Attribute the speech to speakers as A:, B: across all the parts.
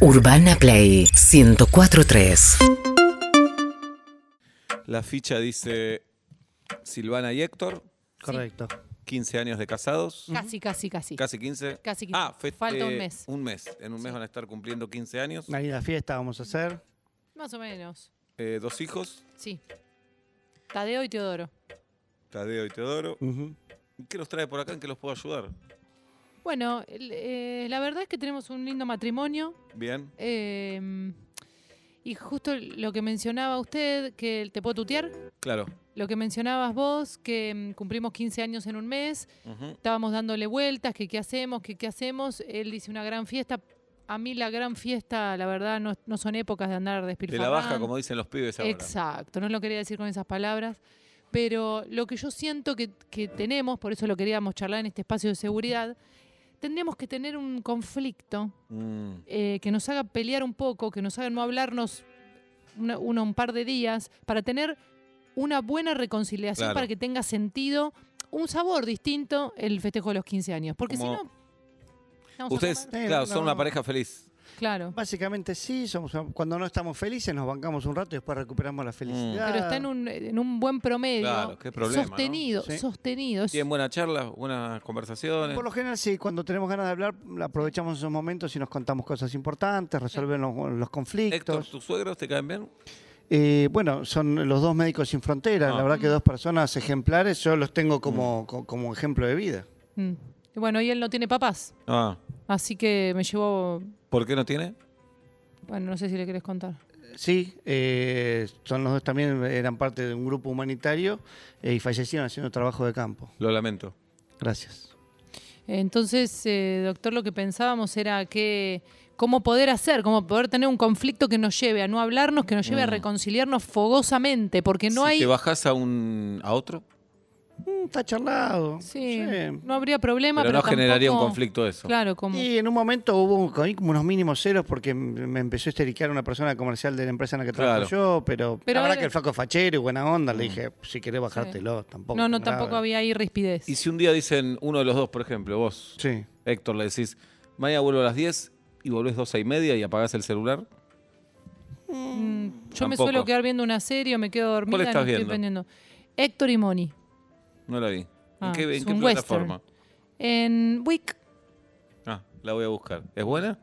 A: Urbana Play 1043.
B: La ficha dice Silvana y Héctor,
C: Correcto.
B: 15 años de casados.
D: Casi, casi, casi.
B: Casi 15.
D: Casi 15.
B: Ah, fe-
D: Falta un
B: eh,
D: mes.
B: Un mes. En un mes van a estar cumpliendo 15 años.
C: Ahí la fiesta vamos a hacer.
D: Más o menos.
B: Eh, dos hijos,
D: Sí. Tadeo y Teodoro.
B: Tadeo y Teodoro.
C: Ujú.
B: ¿Qué los trae por acá? ¿En qué los puedo ayudar?
D: Bueno, el- eh, la verdad es que tenemos un lindo matrimonio.
B: Bien.
D: eh, y justo lo que mencionaba usted, que te puedo tutear,
B: Claro.
D: lo que mencionabas vos, que mm, cumplimos 15 años en un mes,
B: Ujú.
D: estábamos dándole vueltas, que qué hacemos, que qué hacemos. Él dice una gran fiesta. A mí la gran fiesta, la verdad, no, no son épocas de andar
B: De
D: despilfarrando.
B: la baja, como dicen los pibes ahora.
D: Exacto, no lo quería decir con esas palabras, pero lo que yo siento que, que tenemos, por eso lo queríamos charlar en este espacio de seguridad, tendríamos que tener un conflicto
B: Mm,
D: eh, que nos haga pelear un poco, que nos haga no hablarnos una- uno un par de días, para tener una buena reconciliación,
B: Claro.
D: para que tenga sentido, un sabor distinto el festejo de los 15 años, porque si
B: Como-
D: no... vamos a
B: Ustedes,
D: comer.
C: Eh,
B: claro, son
C: no.
B: una pareja feliz.
D: Claro,
C: Básicamente sí, somos cuando no estamos felices nos bancamos un rato y después recuperamos
B: Mm.
C: la felicidad.
D: pero está en un, en un buen promedio,
B: Claro, qué problema, ¿no?
D: sostenido,
C: Sí.
D: sostenido. es-
B: Tienen buena charla, buenas conversaciones.
C: Por lo general sí, cuando tenemos ganas de hablar aprovechamos esos momentos y nos contamos cosas importantes, resuelven los, los
B: Héctor,
C: conflictos.
B: ¿tus suegros te caen bien?
C: Eh, bueno, son los dos médicos sin fronteras,
B: Ah. Mm.
C: la verdad que dos personas ejemplares, yo los tengo como, co- como ejemplo de vida.
D: Mm. Y Bueno, y él no tiene papás,
B: Ah,
D: así que me llevó.
B: ¿por qué no tiene?
D: Bueno, no sé si le querés contar.
C: Sí, eh, son los dos también, eran parte de un grupo humanitario eh, y fallecieron haciendo trabajo de campo.
B: Lo lamento.
C: Gracias.
D: Entonces, eh, doctor, lo que pensábamos era que cómo poder hacer, cómo poder tener un conflicto que nos lleve a no hablarnos, que nos lleve a reconciliarnos fogosamente, porque no
B: Mm. si
D: hay.
B: te bajás a un a otro,
C: Mm, Está charlado.
D: Sí,
C: Sí.
D: no habría problema,
B: pero,
D: pero,
B: no generaría un
D: tampoco-
B: conflicto eso.
D: Claro, como.
C: Y en un momento hubo un- como unos mínimos ceros porque m- me empezó a estericar una persona comercial de la empresa en la que
B: Claro. Mm.
C: trabajo yo, pero,
D: Pero
C: la verdad
D: ahora-
C: que el flaco es fachero y buena onda, le dije, si querés bajártelo, tampoco.
D: no, no,
C: tan
D: tampoco
C: grave.
D: había ahí rispidez.
B: Y si un día dicen uno de los dos, por ejemplo, vos,
C: Sí.
B: Héctor, le decís, mañana vuelvo a las 10 y volvés 12 y media y apagás el celular,
D: Yo me
B: tampoco.
D: suelo quedar viendo una serie o me quedo dormida.
B: ¿Cuál
D: no
B: estás
D: estoy
B: viendo?
D: pendiendo. Héctor y Moni.
B: no la vi. ¿En
D: Ah,
B: qué, en
D: es
B: qué
D: un
B: plataforma?
D: En Wick.
B: Ah, la voy a buscar. ¿Es buena?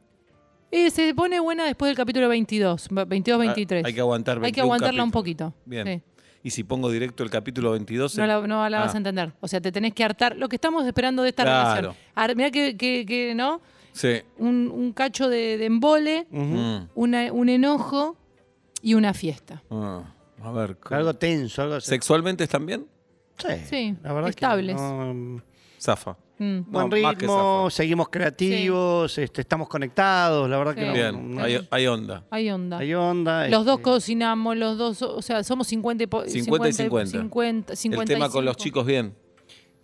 D: Eh, se pone buena después del capítulo 22,
B: Ah,
D: 22-23.
B: hay que aguantar
D: Hay que
B: 21
D: aguantarla un
B: capítulos.
D: poquito.
B: Bien.
D: Sí.
B: Y si pongo directo el capítulo 22,
D: No la, no la
B: Ah.
D: vas a entender. O sea, te tenés que hartar. Lo que estamos esperando de esta
B: Claro.
D: relación. Ahora, mirá que, que- que, ¿no?
B: sí.
D: Un, un cacho de, de embole,
B: Mm,
D: una- un enojo y una fiesta.
B: ah, a ver. ¿cómo-
C: Algo tenso, algo así.
B: ¿Sexualmente están bien?
C: Sí,
D: Sí,
C: la verdad que
D: estables.
C: no, mm,
B: Zafa.
D: Mm.
B: No,
C: buen
B: más que
C: ritmo,
B: zafo.
C: seguimos creativos, este, estamos conectados, la verdad que
D: Sí.
C: no-
B: Bien,
C: no-
B: hay, hay onda.
D: Hay onda.
C: hay onda.
D: los dos
C: este,
D: cocinamos, los dos, o sea, somos 50 y po-
B: 50 y 50.
D: 50,
B: El tema con los
D: 55.
B: chicos bien.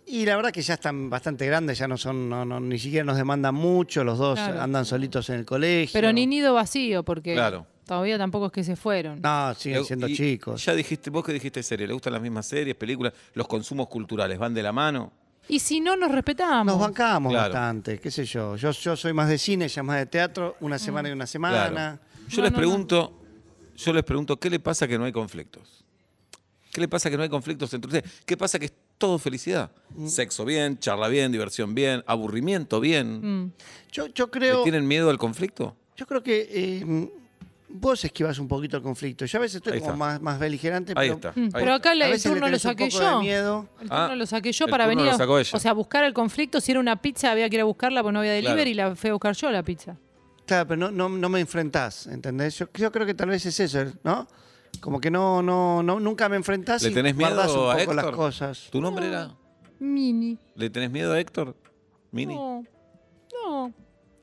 C: Y la verdad que ya están bastante grandes, ya no son, no, no- ni siquiera nos demandan mucho, los dos
D: Claro.
C: andan solitos en el colegio.
D: Pero ni nido vacío, porque
B: Claro.
D: todavía tampoco es que se fueron.
C: No, siguen siendo
B: Eh, Y
C: chicos.
B: Ya dijiste, vos que dijiste series, ¿le gustan las mismas series, películas? ¿Los consumos culturales van de la mano?
D: Y si no, nos respetamos.
C: Nos bancamos
B: Claro.
C: bastante, qué sé yo. yo. Yo soy más de cine, ella es más de teatro, una
D: Mm.
C: semana y una semana.
B: Claro. Yo
D: No,
B: les
D: no,
B: pregunto, yo les pregunto, ¿qué le pasa que no hay conflictos? ¿Qué le pasa que no hay conflictos entre ustedes? ¿Qué pasa que es todo felicidad?
C: Mm.
B: Sexo bien, charla bien, diversión bien, aburrimiento bien.
D: Mm.
C: Yo, yo
B: ¿Le
C: creo,
B: tienen miedo al conflicto?
C: yo creo que eh, vos esquivas un poquito el conflicto. Yo a veces estoy
B: Ahí
C: como
B: está.
C: más, más beligerante,
B: Ahí
C: pero
B: está.
D: Mm.
B: ahí
D: Pero
B: está.
D: acá
C: a
D: el
C: veces le
D: turno lo
C: tenés un
D: saqué
C: poco
D: yo.
C: de miedo.
D: El turno
B: Ah,
D: lo saqué yo
B: el
D: para
B: turno
D: venir.
B: lo
D: a-
B: sacó ella.
D: O sea, buscar el conflicto. Si era una pizza, había que ir a buscarla porque no había
B: Claro.
D: delivery y la fui a buscar yo la pizza.
C: Claro, pero no, no, no me enfrentás, ¿entendés? Yo, yo creo que tal vez es eso, ¿no? Como que no, no, no nunca me enfrentás
B: ¿Le
C: y
B: tenés miedo
C: guardás un poco
B: a Héctor?
C: las cosas.
B: ¿Tu nombre era?
D: Mini.
B: ¿Le tenés miedo a Héctor? Mini.
D: No. No.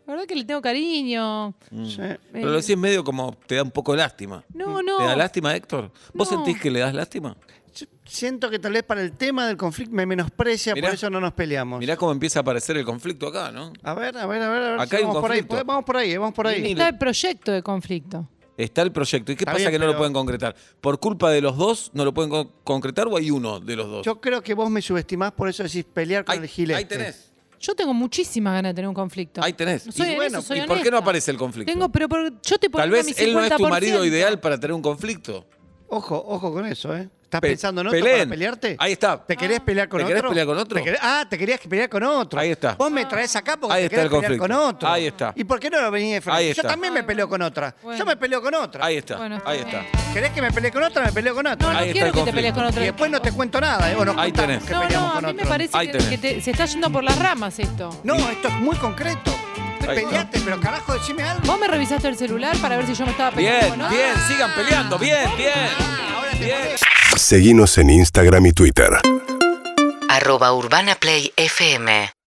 D: La verdad que le tengo cariño.
B: Mm.
C: Sí.
B: Pero lo decís medio como te da un poco de lástima.
D: No, eh. no.
B: Mm. ¿Te da lástima, Héctor? ¿Vos
D: No.
B: sentís que le das lástima?
C: Yo siento que tal vez para el tema del conflicto me menosprecia,
B: Mirá.
C: por eso no nos peleamos.
B: Mirá cómo empieza a aparecer el conflicto acá, ¿no?
C: A ver, a ver, a ver, a ver.
B: Acá
C: si
B: hay un
C: vamos, por ahí,
B: conflicto.
C: po- vamos por ahí, eh, vamos por ahí.
B: Ni- ni-
D: Está el proyecto de conflicto.
B: Está el proyecto. ¿Y qué
C: Está
B: pasa
C: bien,
B: que no lo
C: pero-
B: pueden concretar? ¿Por culpa de los dos no lo pueden con- concretar o hay uno de los dos?
C: Yo creo que vos me subestimás, por eso decís pelear con
B: Ahí-
C: el este. gilete.
B: ahí tenés.
D: Yo tengo muchísimas ganas de tener un conflicto.
B: Ahí tenés.
D: No soy-
B: y
D: en
B: bueno,
D: eso soy
B: ¿y por qué no
D: honesta.
B: aparece el conflicto?
D: Tengo, pero, pero yo te pongo
B: Tal
D: mi
B: vez
D: 50%.
B: él no es tu marido ideal para tener un conflicto.
C: Ojo, ojo con eso, ¿eh? ¿Estás
B: Pe-
C: pensando en otro
B: peleen.
C: para pelearte?
B: Ahí está.
C: ¿Te
D: Ah.
C: querés pelear con
B: ¿Te
C: otro?
B: querés pelear con otro?
C: ¿Te querés- Ah, te querías pelear con otro.
B: Ahí está.
C: Vos me traes acá porque
B: Ahí
C: te
B: está
C: querés
B: el
C: pelear
B: conflicto.
C: con otro.
B: Ahí está.
C: ¿Y por qué no lo venís de frente?
B: Ahí
C: Yo
B: está.
C: también me peleo con otra.
D: Bueno.
C: Yo me peleo con otra.
B: Ahí está.
D: Bueno,
B: ahí está.
D: está bien.
C: ¿Querés que me pelee con otra? Me peleo con
D: No,
C: otra.
D: no
B: Ahí está
D: quiero
B: el
D: que te
B: conflicto.
D: pelees con otro.
C: y después no te cuento nada, ¿eh? O nos
B: Ahí
C: contamos
B: tenés.
C: que
D: No, no,
C: peleamos
D: a
C: con
D: mí me
C: otro.
D: parece
B: Ahí
D: que,
B: tenés.
D: que te- se está yendo por las ramas esto.
C: No, esto es muy concreto.
B: Ahí
C: Peleate, pero carajo, decime algo.
D: Vos me revisaste el celular para ver si yo me estaba peleando
B: Bien,
D: con otro.
B: bien, sigan peleando. Bien, bien. Bien.
E: Seguinos en Instagram y Twitter.
A: Arroba Urbana Play FM